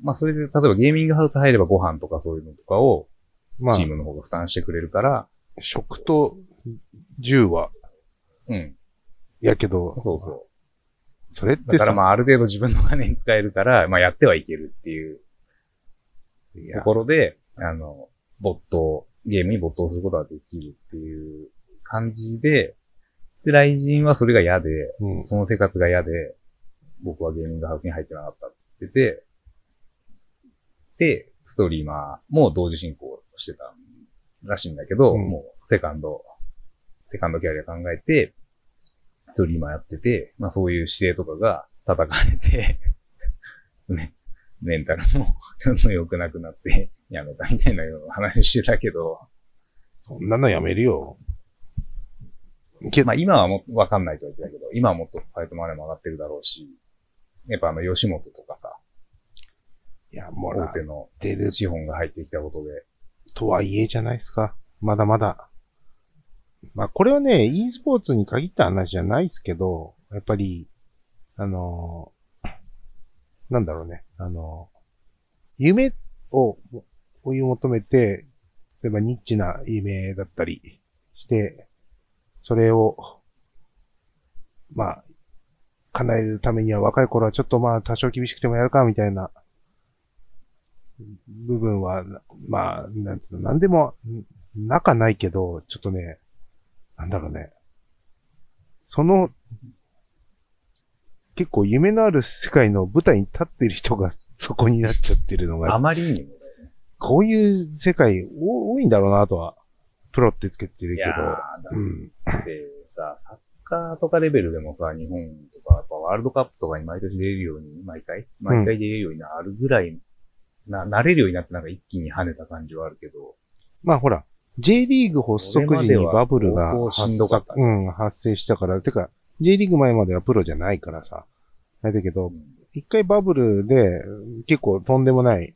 まあ、それで、例えばゲーミングハウス入ればご飯とかそういうのとかを、
まあ
チー、ムの方が負担してくれるから、
食と銃は、
うん、
やけど、
そうそう。
それって
だから
さ、
まあ、ある程度自分の金に使えるから、まあ、やってはいけるっていうと
いや
ころで、あの、没頭、ゲームに没頭することができるっていう感じで、で、雷神はそれが嫌で、
うん、
その生活が嫌で、僕はゲーミングハウスに入ってなかったって言ってて、で、ストリーマーも同時進行してたらしいんだけど、
うん
もうセカンド、セカンドキャリア考えて、ストリーマーやってて、まあそういう姿勢とかが叩かれて、 ね、メンタルもちゃんと良くなくなって、やめたみたいなような話してたけど、
そんなのやめるよ。け
まあ今はもうわかんないとは言ってたけど、今はもっとファイトマネーも上がってるだろうし、やっぱあの吉本とかさ、
いや、もら
大
っ
手の
てる
資本が入ってきたことで。
とはいえじゃないですか。まだまだ。まあ、これはね、e スポーツに限った話じゃないですけど、やっぱり、あのーなんだろうね、あのー夢を追い求めて、例えばニッチな夢だったりして、それを、まあ、叶えるためには若い頃はちょっとまあ多少厳しくてもやるかみたいな部分は、なまあ、なんつうの、なんでも、んなかないけど、ちょっとね、なんだろうね。その、結構夢のある世界の舞台に立ってる人がそこになっちゃってるのが
あ、まりにも。
こういう世界お多いんだろうなとは、プロってつけてる
い
け
やー、
ど、う
だ
ん。
ってさ、サッカーとかレベルでもさ、日本とか、やっぱワールドカップとかに毎年出れるように、毎回毎回出れるようになるぐらい、な、慣れるようになってなんか一気に跳ねた感じはあるけど、
まあほら、J リーグ発足時にバブルが
これまでは相当しん
発
どか
作
った
うん、発生したから、てか、J リーグ前まではプロじゃないからさ、あれだけど、一回バブルで結構とんでもない、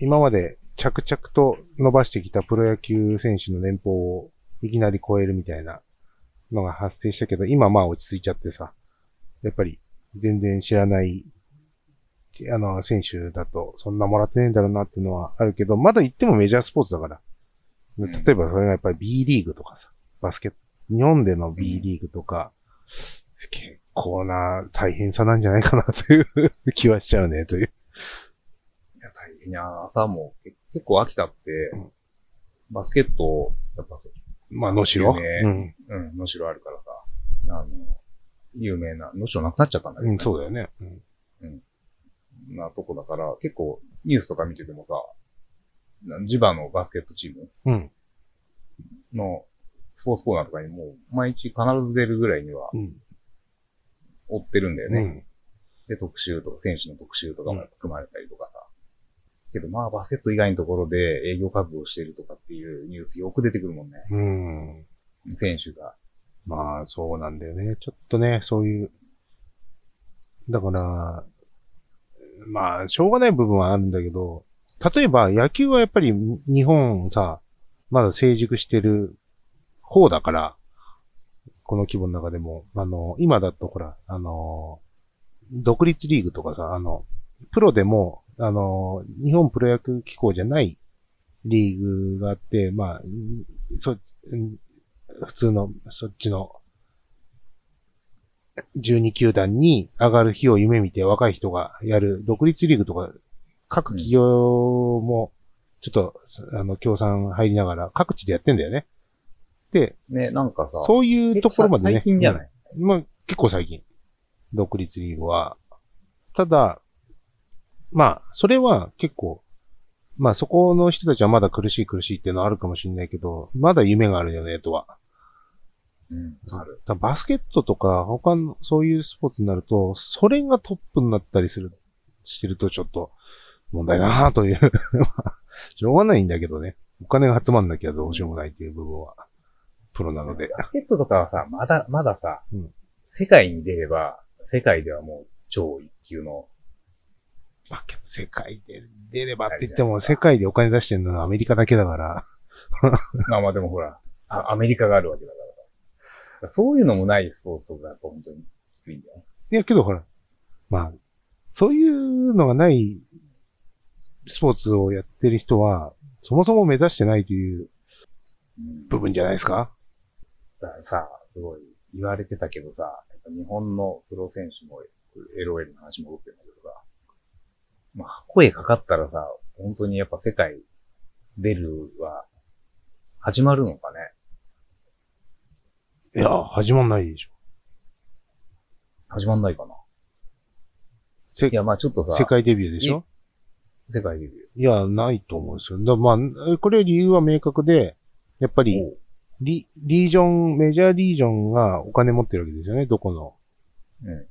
今まで着々と伸ばしてきたプロ野球選手の年俸をいきなり超えるみたいなのが発生したけど、今まあ落ち着いちゃってさ、やっぱり全然知らない、あの、選手だとそんなもらってねえんだろうなっていうのはあるけど、まだ言ってもメジャースポーツだから。
ん
例えばそれがやっぱり B リーグとかさ、バスケット、日本での B リーグとか、結構な大変さなんじゃないかなという気はしちゃうね、という。
いや、大変や。朝も結結構秋田って、バスケット、やっぱそう、
まあ、能代。
ね
うん。
うん、能代あるからさ、あの、有名な、能代なくなっちゃったんだけど、
うん、そうだよね。うん
なとこだから、結構ニュースとか見ててもさ、なジバのバスケットチーム
うん。
のスポーツコーナーとかにもう毎日必ず出るぐらいには
うん。
追ってるんだよ
う
ね。
ん。
で、特集とか、選手の特集とかも含まれたりとかさ。けどまあ、バスケット以外のところで営業活動してるとかっていうニュースよく出てくるもんね。
うん。
選手が。
まあ、そうなんだよね。ちょっとね、そういう。だから、まあ、しょうがない部分はあるんだけど、例えば野球はやっぱり日本さ、まだ成熟してる方だから、この規模の中でも、あの、今だとほら、あの、独立リーグとかさ、あの、プロでも、あの、日本プロ野球機構じゃないリーグがあって、まあ、そ、普通の、そっちの、12球団に上がる日を夢見て若い人がやる独立リーグとか、各企業も、ちょっと、あの、協賛入りながら、各地でやってんだよね。で、
ね、なんかさ、
そういうところまでね。
最近じゃない、
まあ、結構最近。独立リーグは。ただ、まあ、それは結構、まあそこの人たちはまだ苦しい苦しいっていうのはあるかもしれないけど、まだ夢があるよね、とは。
うん、ある。
だからバスケットとか、他の、そういうスポーツになると、それがトップになったりする、してるとちょっと、問題だなという。 まあしょうがないんだけどね。お金が集まんなきゃどうしようもないっていう部分は、プロなので。
バスケットとかはさ、まだ、まださ、
うん
世界に出れば、世界ではもう超一級の、
まあ、けど世界で出ればって言っても、世界でお金出してるのはアメリカだけだから、
まあまあでもほら、あアメリカがあるわけだからさ。だからそういうのもないスポーツとかやっぱ本当にきついんだよね。
いや、けどほら、まあ、そういうのがないスポーツをやってる人は、そもそも目指してないという
うん
部分じゃないですか
だからさ、すごい言われてたけどさ、やっぱ日本のプロ選手も LOL の話戻ってるんだけどさ、まあ、声かかったらさ、本当にやっぱ世界出るは始まるのかね。
いや、始まんないでしょ。
始まんないかな。
せ
いや、まあちょっとさ、
世界デビューでしょ
世界デビュー。
いや、ないと思うんですよ。だまあ、これ理由は明確で、やっぱり
おう
リ、リージョン、メジャーリージョンがお金持ってるわけですよね、どこの。
うん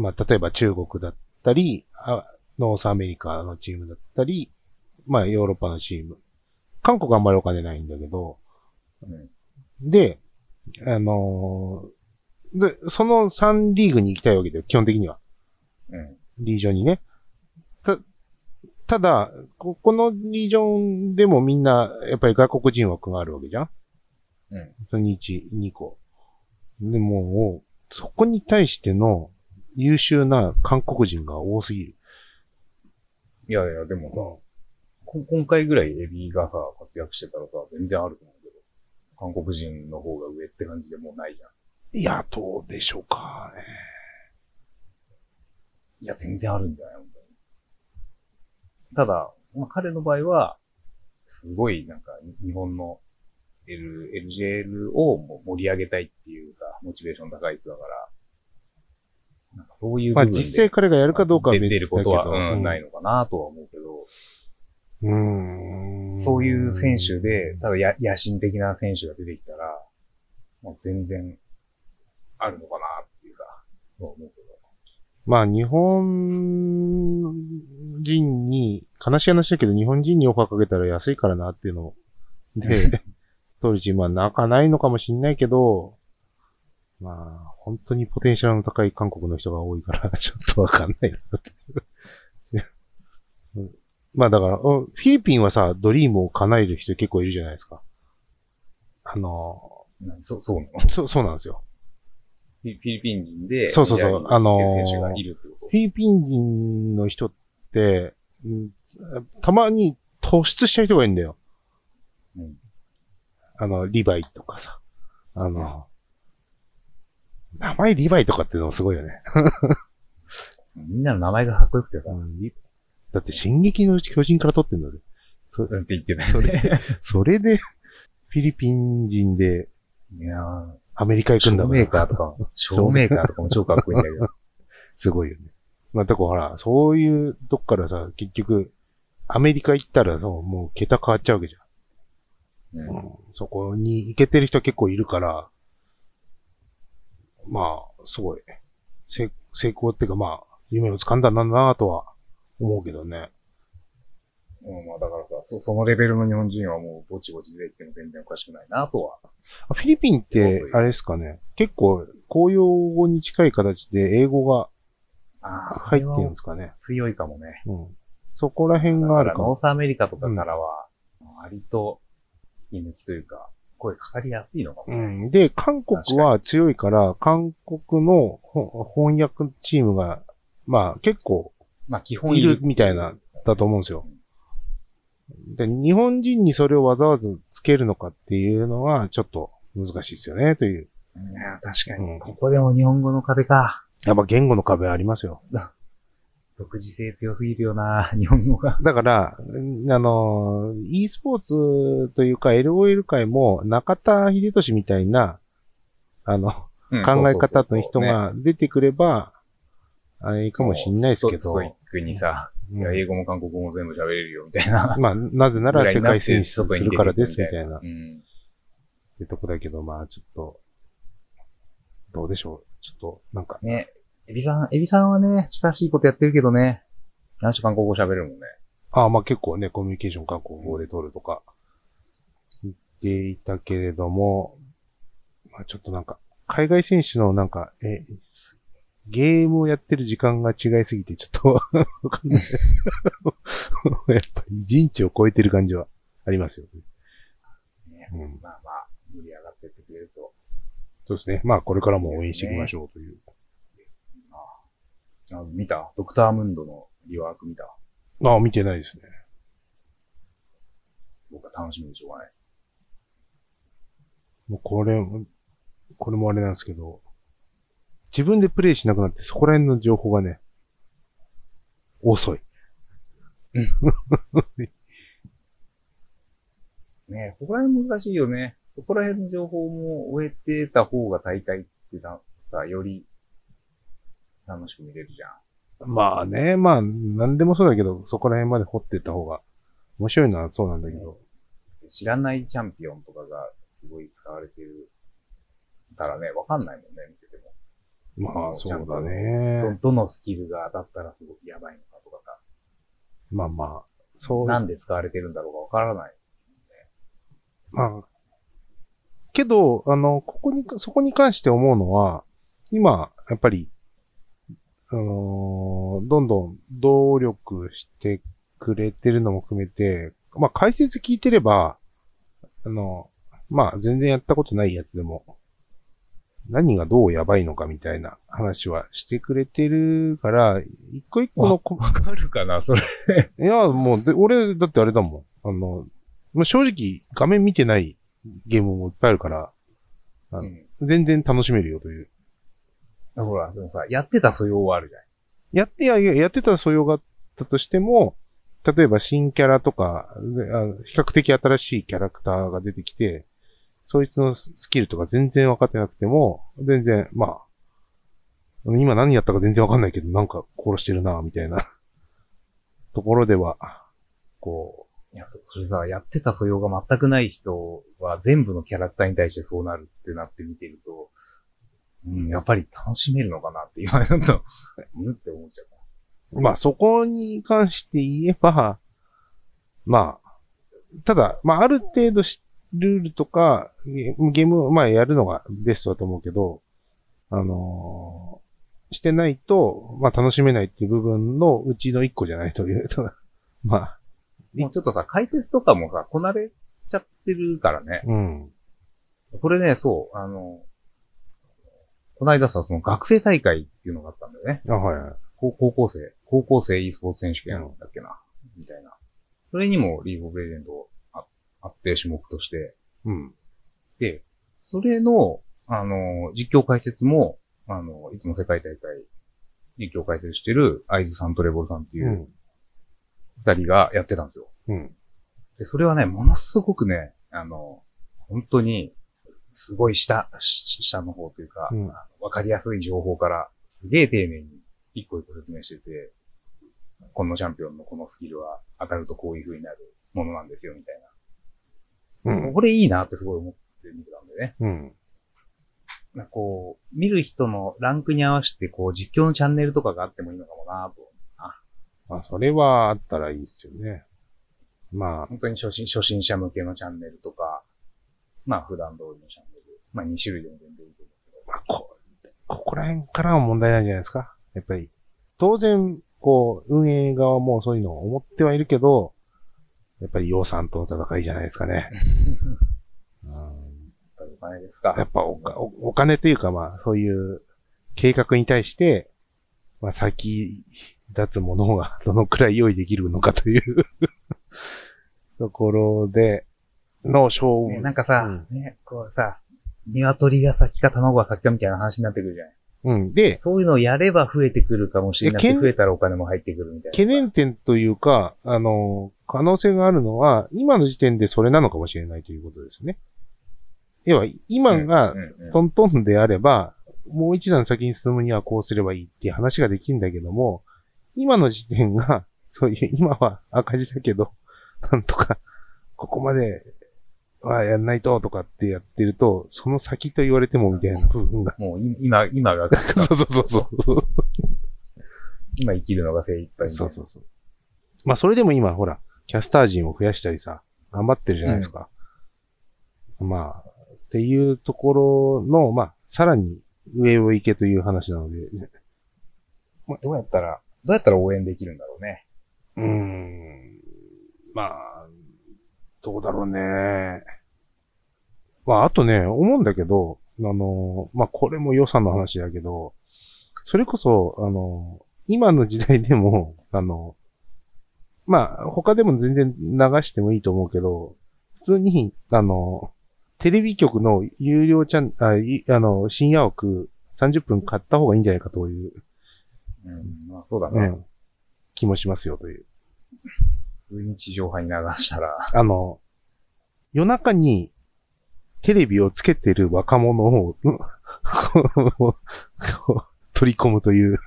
まあ、例えば中国だったり、あノースアメリカのチームだったり、まあ、ヨーロッパのチーム。韓国はあんまりお金ないんだけど、
うん
で、あのーで、その3リーグに行きたいわけだよ、基本的には。
うん。
リージョンにね。た、ただ、ここのリージョンでもみんな、やっぱり外国人枠があるわけじゃん
うん。
その1、2個。でも、そこに対しての優秀な韓国人が多すぎる。
いやいや、でもさ、こ今回ぐらいエビがさ、活躍してたらさ、全然あると思うけど、韓国人の方が上って感じでもうないじゃん。
いや、どうでしょうかね。
いや、全然あるんじゃない本当に。ただ、まあ、彼の場合は、すごい、なんか、に日本の L、LJL をも盛り上げたいっていうさ、モチベーション高い人だから、なんかそういう
ま
部
あ
分で、
実際彼がやるかどうかは別
出
だ
て
け
る
ど。
ことは、うん、
うん
ないのかなとは思うけど、
うーん。
そういう選手で、ただや野心的な選手が出てきたら、もう全然、あるのかなっていうさ、そう思うけど。
まあ、日本人に、悲しい話だけど、日本人にオファーかけたら安いからなっていうので、取るチームはなかないのかもしんないけど、まあ、本当にポテンシャルの高い韓国の人が多いから、 ちょっとわかんないなっていううんまあだから、うんフィリピンはさ、ドリームを叶える人結構いるじゃないですか。あの
なそう、そうなの
ー、そう、そうなんですよ。
フィフィリピン人で、
そうそうそう
メジャーリーグ
あのー
っていう選手がいるってこと
フィリピン人の人って、うんたまに突出した人がいるんだよ。
うん
あの、リヴァイとかさ。あの、名前リヴァイとかってのもすごいよね。
みんなの名前がかっこよくてさ、
うんリだって、進撃の巨人から取ってんだぜ。そ
うんって言ってない。
それ、それで、 フィリピン人で
いやー、
アメリカ行く
照
んだもん
明カーとか、照明カーとかも超かっこいいんだけ ど。
すごいよね。まあ、だからほら、そういうとこからさ、結局、アメリカ行ったらさ、もう桁変わっちゃうわけじゃん。
う
うんそこに行けてる人結構いるから、まあ、すごい。成成功っていうかまあ、夢を掴んだんだなとは思うけどね。
うん、まあだからさ、そそのレベルの日本人はもうぼちぼち出てきても全然おかしくないなとは。
あフィリピンって、あれですかね、結構、公用語に近い形で英語が
ああ、
入ってるんですかね。
強いかもね。
うん。そこら辺
だ
があ
か
る
ら
か
ノ
も。
ースアメリカとかからは、割と、居抜きというか、声かかりやすいのかも
う
ね。
ん。で、韓国は強いから、韓国のほ翻訳チームが、まあ結構
まあ基本
いるみたいな、だと思うんですよ。で、日本人にそれをわざわざつけるのかっていうのは、ちょっと難しいですよね、という。
いや確かに、
うん
ここでも日本語の壁か。
やっぱ言語の壁ありますよ。
独自性強すぎるよな、 日本語が。
だから、うんあのー、e スポーツというか LOL 界も中田秀俊みたいな、あの、考え方の人が出てくれば、あれかもしんないですけ
ス
ど
ト。イックにさ、
うん
いや英語も韓国語も全部喋れるよ、みたいな。
まあ、なぜなら世界選出するからです、みたいな、っ
うん。
てとこだけど、まあ、ちょっと、どうでしょう。ちょっと、なんか、
ね、エビさん、エビさんはね、近しいことやってるけどね、何し韓国語喋れるもんね。
ああ、まあ結構ね、コミュニケーション韓国語で取るとか、言っていたけれども、まあちょっとなんか、海外選手のなんか、え、すゲームをやってる時間が違いすぎて、ちょっと、 わかんない。やっぱり人知を超えてる感じはありますよね。
ね
うん、
まあまあ、盛り上がってってくれると。
そうですね。まあこれからも応援していきましょうという。
あ見たドクタームンドのリワーク見た
ああ、見てないですね。
僕は楽しみでしょうがないです。
もうこれ、これもあれなんですけど、自分でプレイしなくなってそこら辺の情報がね、遅い。
ねここら辺難しいよね。そこら辺の情報も終えてた方が大体ってさ、さより楽しく見れるじゃん。
まあね、まあ、なんでもそうだけど、そこら辺まで掘ってった方が面白いのはそうなんだけど、
知らないチャンピオンとかがすごい使われてるからね、わかんないもんね、見てても。
まあそうだ
ど
ね。、
どのスキルが当たったらすごくやばいのかとかさ、
まあまあ、そう、
な
ま
んで使われてるんだろうかわからない。
あ。けど、あの、ここに、そこに関して思うのは、今、やっぱり、あのーどんどん努力してくれてるのも含めて、まあ解説聞いてれば、あの、まあ全然やったことないやつでも、何がどうやばいのかみたいな話はしてくれてるから、一個一個のこ、
わかるかなそれ。
いや、もうで、俺、だってあれだもん。あの、まあ正直画面見てないゲームもいっぱいあるから、
う。
うん全然楽しめるよという。
ほら、でもさ、やってた素養はあるじゃん。
やって、いや、いややってた素養があったとしても、例えば新キャラとか、であ比較的新しいキャラクターが出てきて、そいつのスキルとか全然分かってなくても、全然、まあ、今何やったか全然分かんないけど、なんか殺してるな、みたいな ところでは、こ
いや、そそれさ、やってた素養が全くない人は全部のキャラクターに対してそうなるってなって見てると、うん、やっぱり楽しめるのかなって今ちょっと、うんって思っちゃう。
う、まあそこに関して言えば、まあ、ただ、まあある程度しルールとか、ゲゲームをまあやるのがベストだと思うけど、あのーしてないと、まあ楽しめないっていう部分のうちの一個じゃないと いう、まあ、
もうちょっとさ、解説とかもさ、こなれちゃってるからね。
うん。
これね、そう、あの、この間さ、その学生大会っていうのがあったんだよね。
あ、はいはい。
高高校生、高校生 e スポーツ選手権だっけな、みたいな。それにもリーグオブレジェンドああって種目として。
うん。。
で、それの、あの、実況解説も、あの、いつも世界大会、実況解説してる、アイズさんとレボルさんっていううん二人がやってたんですよ。
うん。
で、それはね、ものすごくね、あの、本当に、すごい下、し下の方というか、あ
う
の
ん
わ、かりやすい情報から、すげえ丁寧に一個一個説明してて、このチャンピオンのこのスキルは当たるとこういう風になるものなんですよ、みたい
うん
な。。これいいなってすごい思って見てたんでね。
うん。
なんかこう、見る人のランクに合わせて、こう、実況のチャンネルとかがあってもいいのかもなと。
まあ、それはあったらいいっすよね。まあ、
本当に初心初心者向けのチャンネルとか、まあ普段通りのチャンネル。まあ2種類でも全然いいと思うけど。
まあこ、ここら辺からは問題なんじゃないですか。やっぱり。当然、こう、運営側もそういうのを思ってはいるけど、やっぱり洋さんとの戦いじゃないですかね。うん
やっぱりお金です
や
か。
っぱおかおお金というかまあ、そういう計画に対して、まあ先立つものが どのくらい用意できるのかという ところでの勝負。
ね、なんかさ、ね、こうさ、鶏が先か卵が先かみたいな話になってくるじゃない。
うん。で、
そういうのをやれば増えてくるかもしれない
いや
し。
けん
増えたらお金も入ってくるみたいな。
懸念点というか、あの、可能性があるのは、今の時点でそれなのかもしれないということですね。要は、今が
うんうんうん
トントンであれば、もう一段先に進むにはこうすればいいっていう話ができるんだけども、今の時点が、そういう、今は赤字だけど、なんとか、ここまではやんないととかってやってると、その先と言われてもみたいな部分が。
もうい今、今が、
そうそうそうそう。
今生きるのが精一杯みたいな
そうそうそう。まあ、それでも今、ほら、キャスター陣を増やしたりさ、頑張ってるじゃないですか。まあ、っていうところの、まあ、さらに上を行けという話なので、
まあどうやったら、どうやったら応援できるんだろうね。
うーん、まあ、どうだろうね。まあ、あとね、思うんだけど、あの、まあ、これも予算の話だけど、それこそ、あの、今の時代でも、 あの、まあ、他でも全然流してもいいと思うけど、普通に、あの、テレビ局の有料チャン、あ、いあの、深夜枠30分買った方がいいんじゃないかという、
うん、まあそうだ
う
ね。
ん、気もしますよという。
普通に地上波に流した ら、
あの、夜中にテレビをつけてる若者を、 うんこうこう取り込むという。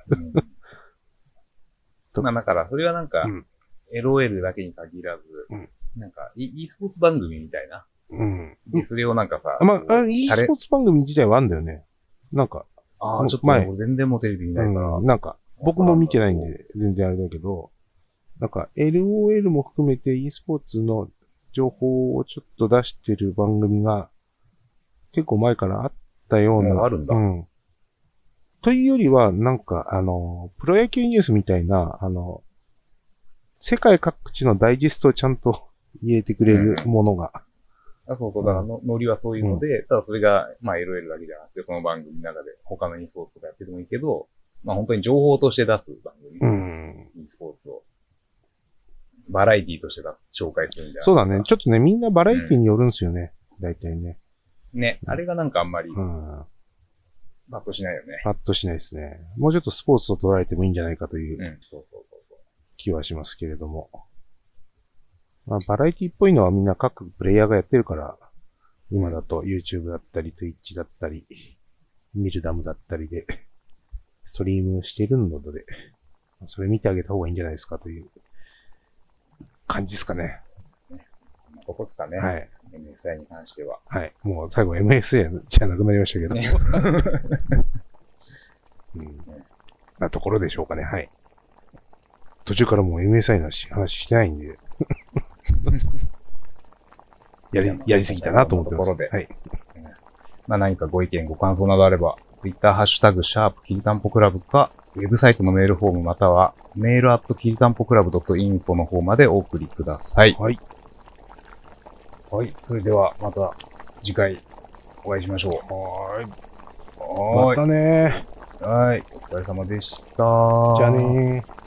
うん、まあだから、それはなんか、
うん
LOL だけに限らず、
うん
なんか、e スポーツ番組みたいな。
うん。
で、それをなんかさ、
まあ、あ e
タレ
スポーツ番組自体はあんだよね。なんか、
ああ、ちょっと
前
もう全然もうテレビ見ないから。
うんなんか、僕も見てないんで、全然あれだけど、なんか、LOL も含めて e スポーツの情報をちょっと出してる番組が、結構前からあったよう
もう
な。
あるんだ
うん。というよりは、なんか、あの、プロ野球ニュースみたいな、あの、世界各地のダイジェストをちゃんと 入れてくれるものが。
あ、そうそう、だからの、ノリはそういうので、ただそれが、まあ、LOL だけじゃなくて、その番組の中で、他の e スポーツとかやっててもいいけど、まあ、本当に情報として出す番組。
うん。
e スポーツを。バラエティとして出す、紹介するみたいな。
そうだね。ちょっとね、みんなバラエティによるんですよね。大体ね。
ね、あれがなんかあんまり、
うん。
パッとしないよね。、
パッとしないですね。もうちょっとスポーツと捉えてもいいんじゃないかといううん
そうそうそうそう。
気はしますけれども。まあ、バラエティっぽいのはみんな各プレイヤーがやってるから、今だと YouTube だったり Twitch だったり、ミルダムだったりで、ストリームしてるので、それ見てあげた方がいいんじゃないですかという感じですかね。
こんなとこですかね。
はい。
MSI に関しては。
はい。もう最後 MSA じゃなくなりましたけど。
ね
うん。なところでしょうかね。はい。途中からもう MSI の話話してないん で。やり、やりすぎたなと思ってます。
こんなところで
はい。
まあ何かご意見、ご感想などあれば、Twitter、ハッシュタグ、シャープ、キリタンポクラブか、ウェブサイトのメールフォームまたは、メールアットキリタンポクラブ .info の方までお送りください。
はい。
はい。それでは、また次回お会いしましょ
は
う。
ーい。ま
はーい。
たね
はい。お疲れ様でした。
ー。じゃあねー。